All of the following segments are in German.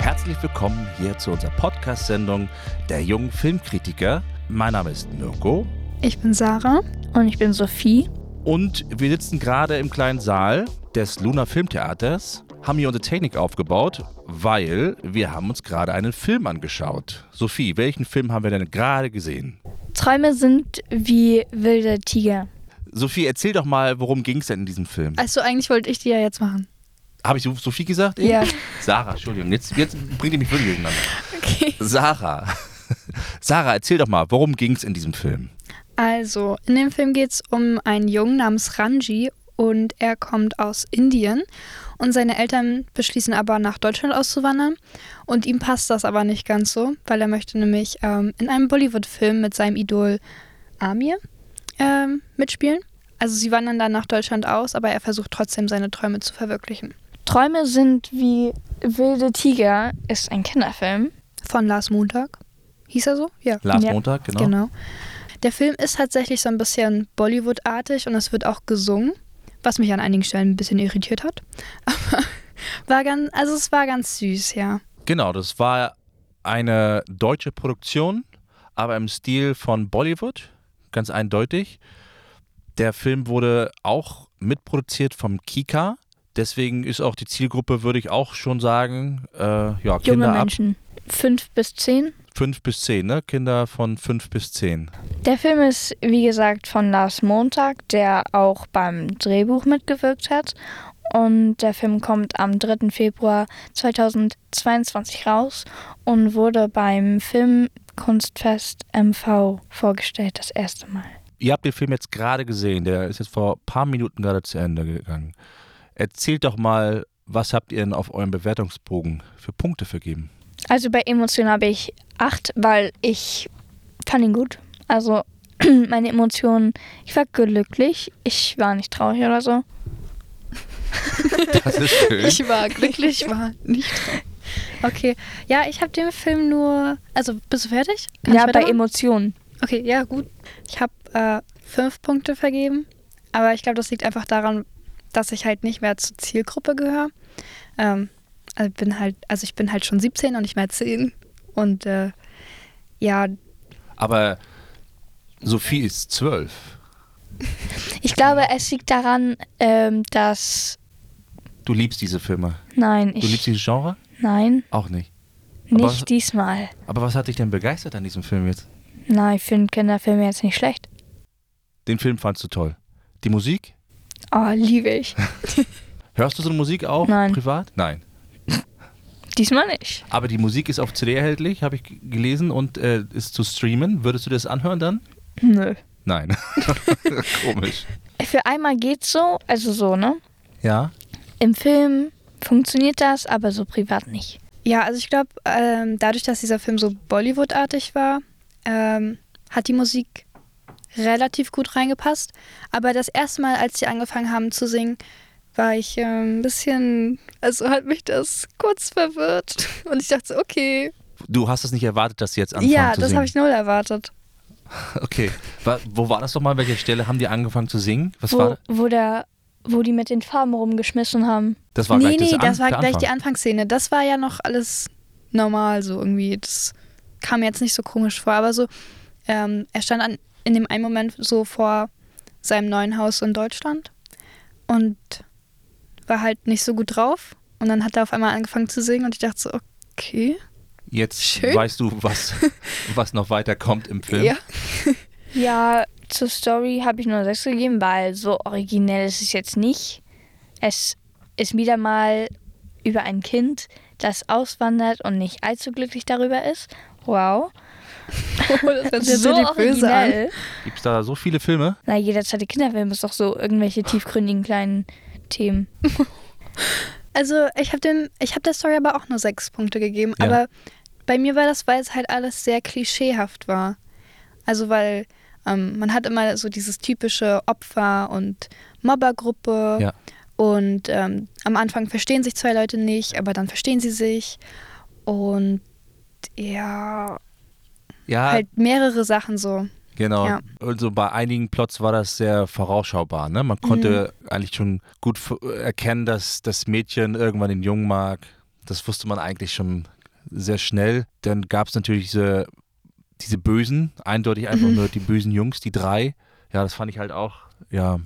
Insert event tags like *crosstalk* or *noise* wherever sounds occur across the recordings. herzlich willkommen hier zu unserer Podcast-Sendung der jungen Filmkritiker. Mein Name ist Mirko Ich bin Sarah und ich bin Sophie. und wir sitzen gerade im kleinen Saal des Luna Filmtheaters, haben hier unsere Technik aufgebaut, weil wir haben uns gerade einen Film angeschaut. Sophie, welchen Film haben wir denn gerade gesehen? Träume sind wie wilde Tiger. Sophie, erzähl doch mal, worum ging es denn in diesem Film? Achso, eigentlich wollte ich die ja jetzt machen. Habe ich Sophie gesagt? eben? Ja. Sarah, Entschuldigung, jetzt, jetzt bringt ihr mich wirklich durcheinander. Okay. Sarah. *laughs* Sarah, erzähl doch mal, worum ging es in diesem Film? *laughs* Also, in dem Film geht es um einen Jungen namens Ranji und er kommt aus Indien und seine Eltern beschließen aber nach Deutschland auszuwandern und ihm passt das aber nicht ganz so, weil er möchte nämlich ähm, in einem Bollywood-Film mit seinem Idol Amir ähm, mitspielen. Also sie wandern dann nach Deutschland aus, aber er versucht trotzdem seine Träume zu verwirklichen. Träume sind wie wilde Tiger ist ein Kinderfilm. Von Lars Montag. Hieß er so? Ja. Last Ja, Montag, genau. Genau. Der Film ist tatsächlich so ein bisschen Bollywood-artig und es wird auch gesungen, was mich an einigen Stellen ein bisschen irritiert hat. *laughs* Aber war ganz, also es war ganz süß, ja. Genau, das war eine deutsche Produktion, aber im Stil von Bollywood, ganz eindeutig. Der Film wurde auch mitproduziert vom Kika. Deswegen ist auch die Zielgruppe, würde ich auch schon sagen, äh, ja, Junge Kinder ab Menschen. Fünf bis zehn. 5 bis 10, ne? Kinder von 5 bis 10. Der Film ist, wie gesagt, von Lars Montag, der auch beim Drehbuch mitgewirkt hat. Und der Film kommt am 3. Februar 2022 raus und wurde beim Filmkunstfest MV vorgestellt, das erste Mal. Ihr habt den Film jetzt gerade gesehen, der ist jetzt vor ein paar Minuten gerade zu Ende gegangen. Erzählt doch mal, was habt ihr denn auf eurem Bewertungsbogen für Punkte vergeben? Also bei Emotionen habe ich 8, weil ich fand ihn gut. Also *clears throat* meine Emotionen, ich war glücklich, ich war nicht traurig oder so. Das ist schön. Ich war glücklich, war nicht. Okay, ja, ich habe dem Film nur, also bist du fertig? Kann ja, ich bei weitermachen? Emotionen. Okay, ja, gut. Ich habe äh, fünf Punkte vergeben, aber ich glaube, das liegt einfach daran, dass ich halt nicht mehr zur Zielgruppe gehöre. Ähm, also, bin halt, also ich bin halt schon 17 und nicht mehr 10. Und äh, ja, Aber Sophie ist zwölf. Ich glaube, es liegt daran, ähm, dass. Du liebst diese Filme. Nein, Du liebst ich. dieses Genre? Nein, Auch nicht. aber- nicht diesmal. Aber was hat dich denn begeistert an diesem Film jetzt? Nein, ich finde Kinderfilme jetzt nicht schlecht. Den Film fandst du toll. Die Musik? Oh, liebe *laughs* ich. Hörst du so eine Musik auch Nein. privat? Nein. Diesmal nicht. Aber die Musik ist auf CD erhältlich, habe ich g- gelesen, und äh, ist zu streamen. Würdest du das anhören dann? Nö. Nein. Komisch. Für einmal geht's so, also so, ne? Ja? Im Film funktioniert das, aber so privat nicht. ja also ich glaube, ähm, dadurch, dass dieser Film so Bollywood-artig war, ähm, hat die Musik relativ gut reingepasst. Aber das erste Mal, als sie angefangen haben zu singen, war ich ähm, ein bisschen, also hat mich das kurz verwirrt. *laughs* Und ich dachte, so, okay, Du hast es nicht erwartet, dass sie jetzt anfangen ja, zu das singen. habe ich null erwartet. Okay. Wa- wo war das nochmal? An welcher Stelle haben die angefangen zu singen? Was Wo, war wo, der, wo die mit den Farben rumgeschmissen haben. das? war nee, gleich nee, das, An- das war der gleich die Anfang. Anfangsszene. Das war ja noch alles normal so irgendwie. Das kam mir jetzt nicht so komisch vor, aber so, ähm, er stand an, in dem einen Moment so vor seinem neuen Haus in Deutschland und war halt nicht so gut drauf. Und dann hat er auf einmal angefangen zu singen und ich dachte so, okay, Jetzt Schön. weißt du, *laughs* was, was noch weiterkommt im Film. ja. *laughs* Ja, zur Story habe ich nur 6 gegeben, weil so originell ist es jetzt nicht. Es ist wieder mal über ein Kind, das auswandert und nicht allzu glücklich darüber ist. Wow. Also das hört sich jetzt so richtig böse an. originell. Gibt es da so viele Filme? Na, jeder zweite Kinderfilm ist doch so irgendwelche tiefgründigen kleinen Themen. Also ich habe dem, ich habe der Story aber auch nur sechs Punkte gegeben. Ja. Aber bei mir war das, weil es halt alles sehr klischeehaft war. Also weil ähm, man hat immer so dieses typische Opfer und Mobbergruppe Ja. und ähm, am Anfang verstehen sich zwei Leute nicht, aber dann verstehen sie sich und ja, Ja, halt mehrere Sachen so. genau. ja. Also bei einigen Plots war das sehr vorausschaubar. Ne? Man konnte Mhm. eigentlich schon gut f- erkennen, dass das Mädchen irgendwann den Jungen mag. Das wusste man eigentlich schon sehr schnell. Dann gab es natürlich diese, diese Bösen, eindeutig einfach Mhm. nur die bösen Jungs, die drei. Ja, das fand ich halt auch, ja,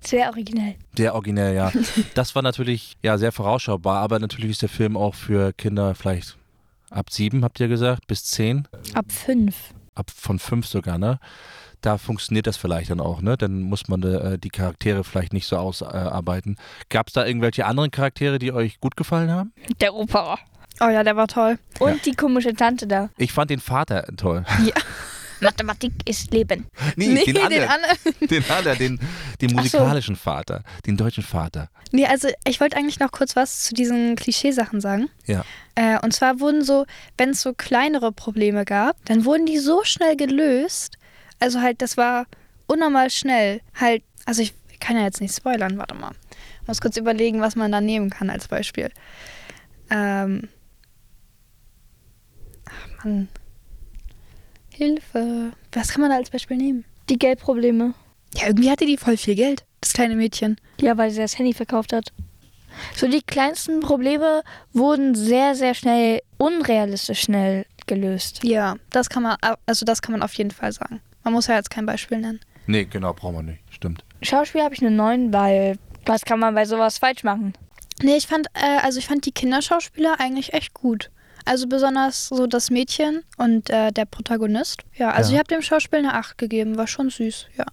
Sehr originell. sehr originell, *laughs* ja. Das war natürlich, ja, sehr vorausschaubar, aber natürlich ist der Film auch für Kinder vielleicht ab sieben, habt ihr gesagt, bis zehn, Ab fünf. ab von fünf sogar, ne? Da funktioniert das vielleicht dann auch, ne? Dann muss man äh, die Charaktere vielleicht nicht so ausarbeiten. Gab es da irgendwelche anderen Charaktere, die euch gut gefallen haben? Der Opa. Oh ja, der war toll. Und die komische Tante da. Ich fand den Vater toll. Mathematik ist Leben. *laughs* Nee, den, anderen, den anderen, den, den musikalischen Vater, den deutschen Vater. Nee, also ich wollte eigentlich noch kurz was zu diesen Klischeesachen sagen. Ja. Äh, und zwar wurden so, wenn es so kleinere Probleme gab, dann wurden die so schnell gelöst. Also halt, das war unnormal schnell. Halt, also ich kann ja jetzt nicht spoilern, warte mal. Ich muss kurz überlegen, was man da nehmen kann als Beispiel. Ähm. Ach Mann. Hilfe. Was kann man da als Beispiel nehmen? Die Geldprobleme. Ja, irgendwie hatte die voll viel Geld, das kleine Mädchen. Ja, weil sie das Handy verkauft hat. So die kleinsten Probleme wurden sehr, sehr schnell, unrealistisch schnell gelöst. Ja, das kann man, also das kann man auf jeden Fall sagen. Man muss ja jetzt kein Beispiel nennen. Nee, genau, brauchen wir nicht. Stimmt. Schauspiel habe ich eine 9, weil was kann man bei sowas falsch machen? Nee, ich fand, äh, also ich fand die Kinderschauspieler eigentlich echt gut. Also besonders so das Mädchen und äh, der Protagonist. Ja, also Ja. ich habe dem Schauspiel eine 8 gegeben, war schon süß, ja.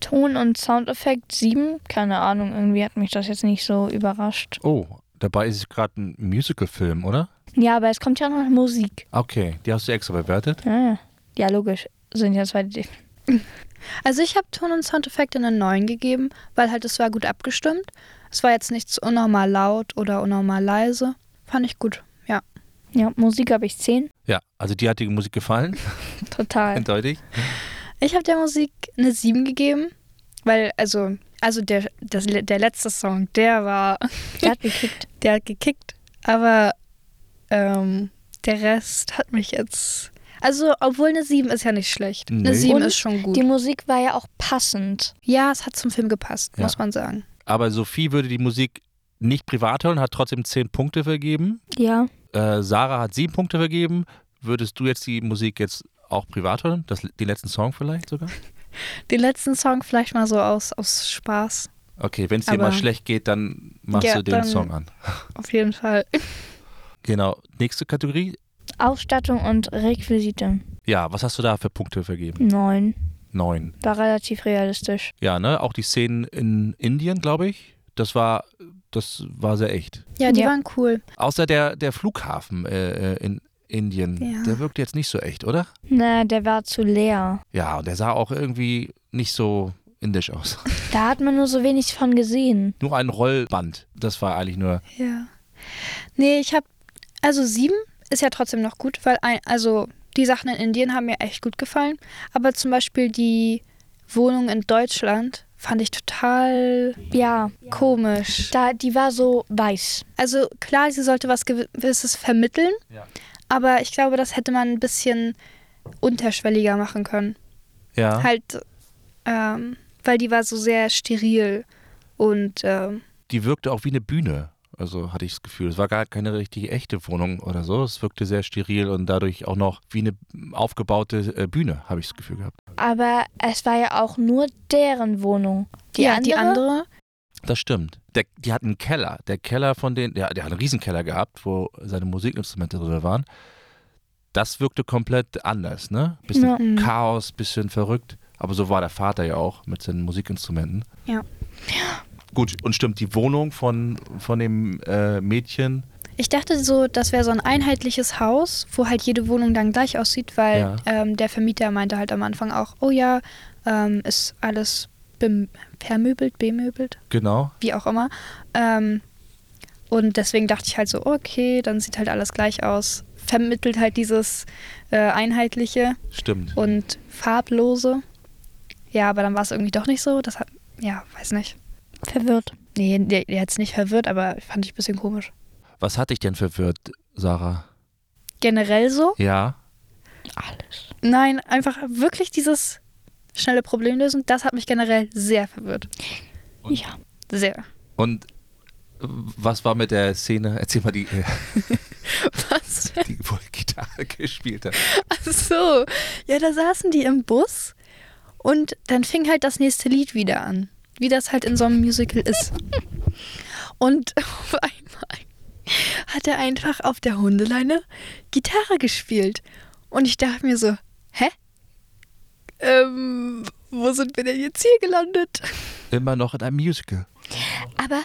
Ton- und Soundeffekt 7, keine Ahnung, irgendwie hat mich das jetzt nicht so überrascht. Oh, dabei ist es gerade ein Musical-Film, oder? Ja, aber es kommt ja noch Musik. Okay, die hast du extra bewertet. Ja, ja. ja logisch, sind ja zwei D- Also ich habe Ton und Soundeffekte eine 9 gegeben, weil halt es war gut abgestimmt. Es war jetzt nichts unnormal laut oder unnormal leise. Fand ich gut, ja. Ja, Musik habe ich 10. Ja, also dir hat die Musik *laughs* gefallen, Total. eindeutig. Ich habe der Musik eine 7 gegeben, weil, also, also der, das, der letzte Song, der war Der hat gekickt. Der hat gekickt, aber ähm, der Rest hat mich jetzt. Also, obwohl eine 7 ist ja nicht schlecht. Nee. Eine 7 Und ist schon gut. Die Musik war ja auch passend. Ja, es hat zum Film gepasst, Ja. muss man sagen. Aber Sophie würde die Musik nicht privat hören, hat trotzdem zehn Punkte vergeben. Ja. Äh, Sarah hat sieben Punkte vergeben. Würdest du jetzt die Musik jetzt auch privat hören? Das, den letzten Song vielleicht sogar? Den letzten Song vielleicht mal so aus, aus Spaß. Okay, wenn es dir Aber- mal schlecht geht, dann machst Ja, du den dann- Song an. Auf jeden Fall. Genau. Nächste Kategorie, Ausstattung und Requisite. Ja, was hast du da für Punkte vergeben? Hm. 9. Neun. War relativ realistisch. Ja, ne? Auch die Szenen in Indien, glaube ich. Das war, das war sehr echt. Ja, die Ja. waren cool. Außer der, der Flughafen äh, äh, in Indien, Ja. der wirkt jetzt nicht so echt, oder? Na, der war zu leer. Ja, und der sah auch irgendwie nicht so indisch aus. *laughs* Da hat man nur so wenig von gesehen. Nur ein Rollband. Das war eigentlich nur. Ja. Nee, ich habe. Also, 7 ist ja trotzdem noch gut, weil. Ein, also, die Sachen in Indien haben mir echt gut gefallen. Aber zum Beispiel die Wohnung in Deutschland fand ich total Ja, komisch. da, die war so weiß. Also klar, sie sollte was Gewisses vermitteln, Ja. aber ich glaube, das hätte man ein bisschen unterschwelliger machen können. Ja. Halt, ähm, weil die war so sehr steril und ähm, Die wirkte auch wie eine Bühne. Also hatte ich das Gefühl. Es war gar keine richtige echte Wohnung oder so. Es wirkte sehr steril und dadurch auch noch wie eine aufgebaute äh, Bühne, habe ich das Gefühl gehabt. Aber es war ja auch nur deren Wohnung. Die ja, andere? die andere. Das stimmt. Der, die hatten einen Keller. Der Keller von den, der, der hat einen Riesenkeller gehabt, wo seine Musikinstrumente drin waren. Das wirkte komplett anders, ne? Bisschen Ja. Mhm. Chaos, bisschen verrückt. Aber so war der Vater ja auch mit seinen Musikinstrumenten. Ja. Gut, und stimmt, die Wohnung von, von dem äh, Mädchen, Ich dachte so, das wäre so ein einheitliches Haus, wo halt jede Wohnung dann gleich aussieht, weil Ja. ähm, der Vermieter meinte halt am Anfang auch, oh ja, ähm, ist alles bem- vermöbelt, bemöbelt. genau. wie auch immer. Ähm, und deswegen dachte ich halt so, okay, dann sieht halt alles gleich aus. Vermittelt halt dieses äh, Einheitliche Stimmt. und Farblose. Ja, aber dann war es irgendwie doch nicht so. Das hat, ja, weiß nicht. Verwirrt. Nee, der, der hat's nicht verwirrt, aber fand ich ein bisschen komisch. Was hat dich denn verwirrt, Sarah? Generell so? Ja. Alles. Nein, einfach wirklich dieses schnelle Problemlösen, das hat mich generell sehr verwirrt. Ja. Sehr. Und was war mit der Szene? Erzähl mal die. Was denn? *laughs* die wohl Gitarre *laughs* gespielt hat. Ach *laughs* so. Ja, da saßen die im Bus und dann fing halt das nächste Lied wieder an. Wie das halt in so einem Musical ist. Und *laughs* auf einmal hat er einfach auf der Hundeleine Gitarre gespielt. Und ich dachte mir so, hä? Ähm, wo sind wir denn jetzt hier gelandet? Immer noch in einem Musical. Aber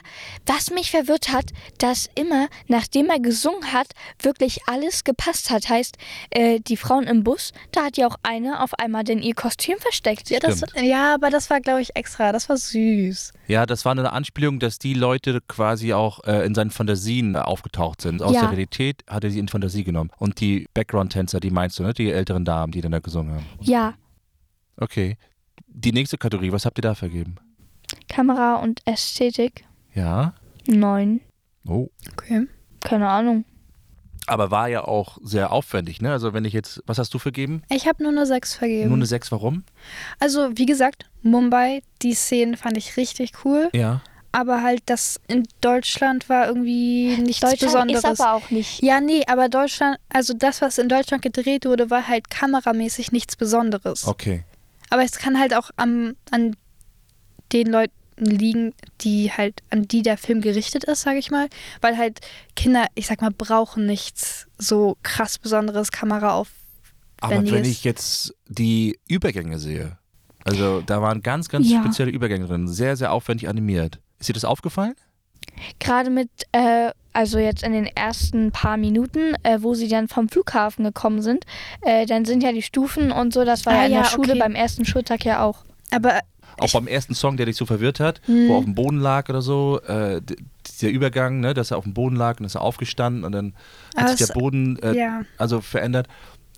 was mich verwirrt hat, dass immer, nachdem er gesungen hat, wirklich alles gepasst hat. Heißt, äh, die Frauen im Bus, da hat ja auch eine auf einmal denn ihr Kostüm versteckt. Ja, das, ja aber das war, glaube ich, extra. Das war süß. Ja, das war eine Anspielung, dass die Leute quasi auch äh, in seinen Fantasien aufgetaucht sind. Aus Ja. der Realität hat er sie in Fantasie genommen. Und die Background-Tänzer, die meinst du, ne? Die älteren Damen, die dann da gesungen haben. Ja, Okay. Die nächste Kategorie, was habt ihr da vergeben? Kamera und Ästhetik. Ja. Neun. Oh. Okay. Keine Ahnung. Aber war ja auch sehr aufwendig, ne? Also wenn ich jetzt, was hast du vergeben? Ich habe nur eine 6 vergeben. Nur eine 6, warum? also, wie gesagt, Mumbai, die Szenen fand ich richtig cool. Ja. aber halt das in Deutschland war irgendwie nichts Deutschland Besonderes. ist aber auch nicht. ja, nee, aber Deutschland, also das, was in Deutschland gedreht wurde, war halt kameramäßig nichts Besonderes. Okay. Aber es kann halt auch am, an den Leuten liegen, die halt, an die der Film gerichtet ist, sage ich mal. Weil halt Kinder, ich sag mal, brauchen nichts so krass Besonderes Kameraauf. Aber Wenn die wenn es- ich jetzt die Übergänge sehe, also da waren ganz, ganz Ja. spezielle Übergänge drin, sehr, sehr aufwendig animiert. Ist dir das aufgefallen? Gerade mit, äh, also jetzt in den ersten paar Minuten, äh, wo sie dann vom Flughafen gekommen sind, äh, dann sind ja die Stufen und so, das war Ah, ja in ja, der Schule okay. beim ersten Schultag ja auch. Aber Auch beim ersten Song, der dich so verwirrt hat, Mhm. wo er auf dem Boden lag oder so, äh, d- der Übergang, ne, dass er auf dem Boden lag und ist er aufgestanden und dann hat Aber sich es- der Boden äh, Ah, ja. also verändert.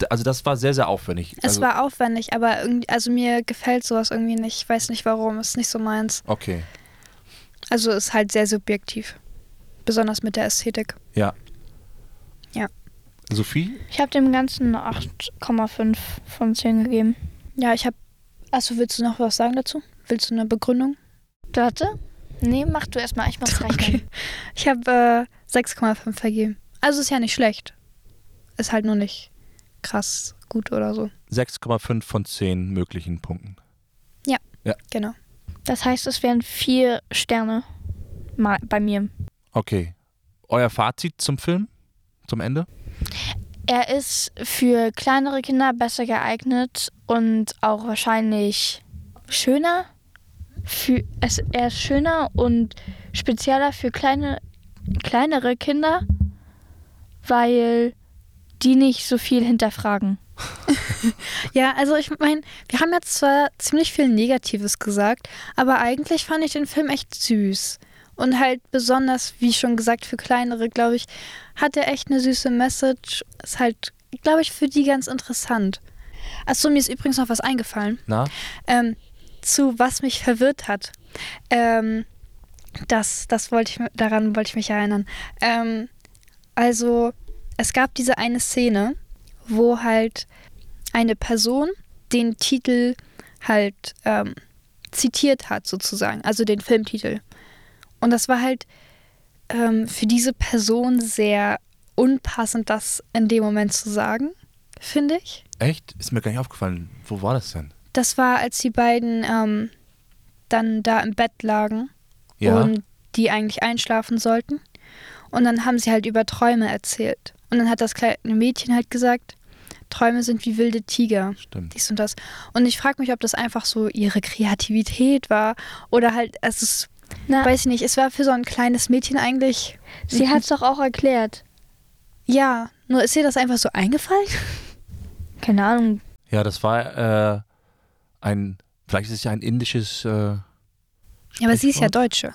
D- Also das war sehr, sehr aufwendig. es also, war aufwendig, aber irgendwie, also mir gefällt sowas irgendwie nicht. Ich weiß nicht warum, ist nicht so meins. okay. Also ist halt sehr subjektiv. Besonders mit der Ästhetik. Ja. Ja. Sophie? Ich habe dem Ganzen eine 8,5 von 10 gegeben. Ja, ich habe. Achso, willst du noch was sagen dazu? Willst du eine Begründung? Warte. Nee, mach du erstmal, ich *laughs* muss rechnen. Ich habe äh, 6,5 vergeben. Also ist ja nicht schlecht. Ist halt nur nicht krass gut oder so. 6,5 von 10 möglichen Punkten. Genau. Das heißt, es wären vier Sterne mal bei mir. Okay. Euer Fazit zum Film? Zum Ende? Er ist für kleinere Kinder besser geeignet und auch wahrscheinlich schöner. Für, es, er ist schöner und spezieller für kleine, kleinere Kinder, weil die nicht so viel hinterfragen. Ja, also ich meine, wir haben jetzt zwar ziemlich viel Negatives gesagt, aber eigentlich fand ich den Film echt süß. Und halt besonders, wie schon gesagt, für kleinere, glaube ich, hat er echt eine süße Message. Ist halt, glaube ich, für die ganz interessant. Achso, mir ist übrigens noch was eingefallen, Na? ähm, zu was mich verwirrt hat. Ähm, das, das wollte ich, mi- daran wollte ich mich erinnern. Ähm, also, es gab diese eine Szene, wo halt eine Person den Titel halt ähm, zitiert hat, sozusagen, also den Filmtitel. Und das war halt ähm, für diese Person sehr unpassend, das in dem Moment zu sagen, finde ich. Echt? Ist mir gar nicht aufgefallen. Wo war das denn? Das war, als die beiden ähm, dann da im Bett lagen Ja. und die eigentlich einschlafen sollten. Und dann haben sie halt über Träume erzählt. Und dann hat das kleine Mädchen halt gesagt, Träume sind wie wilde Tiger, Stimmt. dies und das. Und ich frage mich, ob das einfach so ihre Kreativität war oder halt, es ist, Na, weiß ich nicht, es war für so ein kleines Mädchen eigentlich, sie hat es doch auch erklärt. ja, nur ist ihr das einfach so eingefallen? Keine Ahnung. Ja, das war äh, ein, vielleicht ist es ja ein indisches, äh, ja, Ja, aber sie ist ja Deutsche.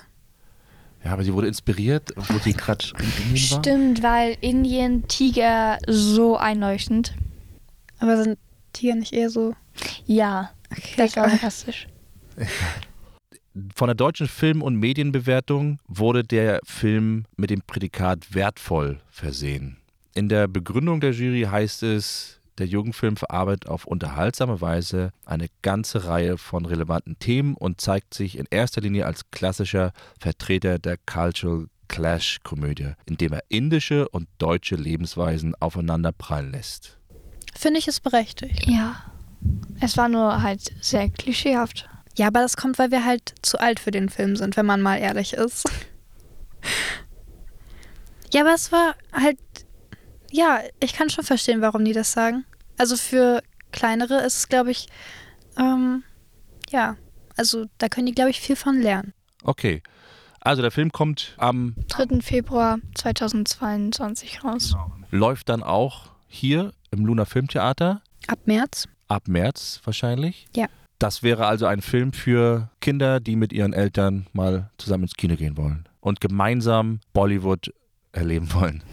aber sie wurde inspiriert, wo sie gerade in Indien war. Stimmt, weil Indien Tiger so einleuchtend. Aber sind Tiger nicht eher so? Ja, Okay, das war egal. fantastisch. Von der deutschen Film- und Medienbewertung wurde der Film mit dem Prädikat wertvoll versehen. In der Begründung der Jury heißt es, der Jugendfilm verarbeitet auf unterhaltsame Weise eine ganze Reihe von relevanten Themen und zeigt sich in erster Linie als klassischer Vertreter der Cultural Clash-Komödie, in dem er indische und deutsche Lebensweisen aufeinander prallen lässt. Finde ich es berechtigt. Ja. Es war nur halt sehr klischeehaft. Ja, aber das kommt, weil wir halt zu alt für den Film sind, wenn man mal ehrlich ist. ja, aber es war halt. Ja, ich kann schon verstehen, warum die das sagen. Also für kleinere ist es, glaube ich, ähm, ja. Also da können die, glaube ich, viel von lernen. Okay. Also der Film kommt am 3. Februar 2022 raus. läuft dann auch hier im Luna Filmtheater Ab März. ab März wahrscheinlich. Ja. Das wäre also ein Film für Kinder, die mit ihren Eltern mal zusammen ins Kino gehen wollen und gemeinsam Bollywood erleben wollen.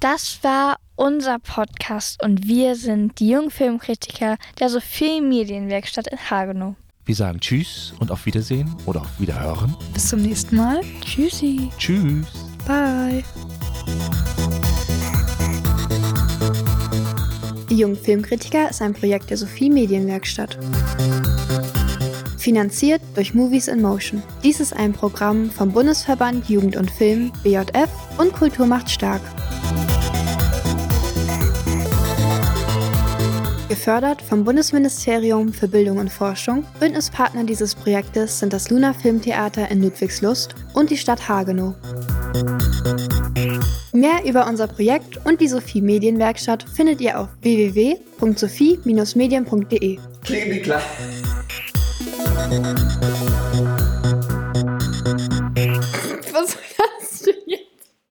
Das war unser Podcast und wir sind die Jungfilmkritiker der Sophie Medienwerkstatt in Hagenow. Wir sagen Tschüss und auf Wiedersehen oder auf Wiederhören. Bis zum nächsten Mal. Tschüssi. Tschüss. Bye. Die jungen Filmkritiker ist ein Projekt der Sophie Medienwerkstatt. Finanziert durch Movies in Motion. Dies ist ein Programm vom Bundesverband Jugend und Film, BJF und Kultur macht stark. Gefördert vom Bundesministerium für Bildung und Forschung, Bündnispartner dieses Projektes sind das Luna Filmtheater in Ludwigslust und die Stadt Hagenow. Mehr über unser Projekt und die Sophie Medienwerkstatt findet ihr auf www.sophie-medien.de. Klingeliklang.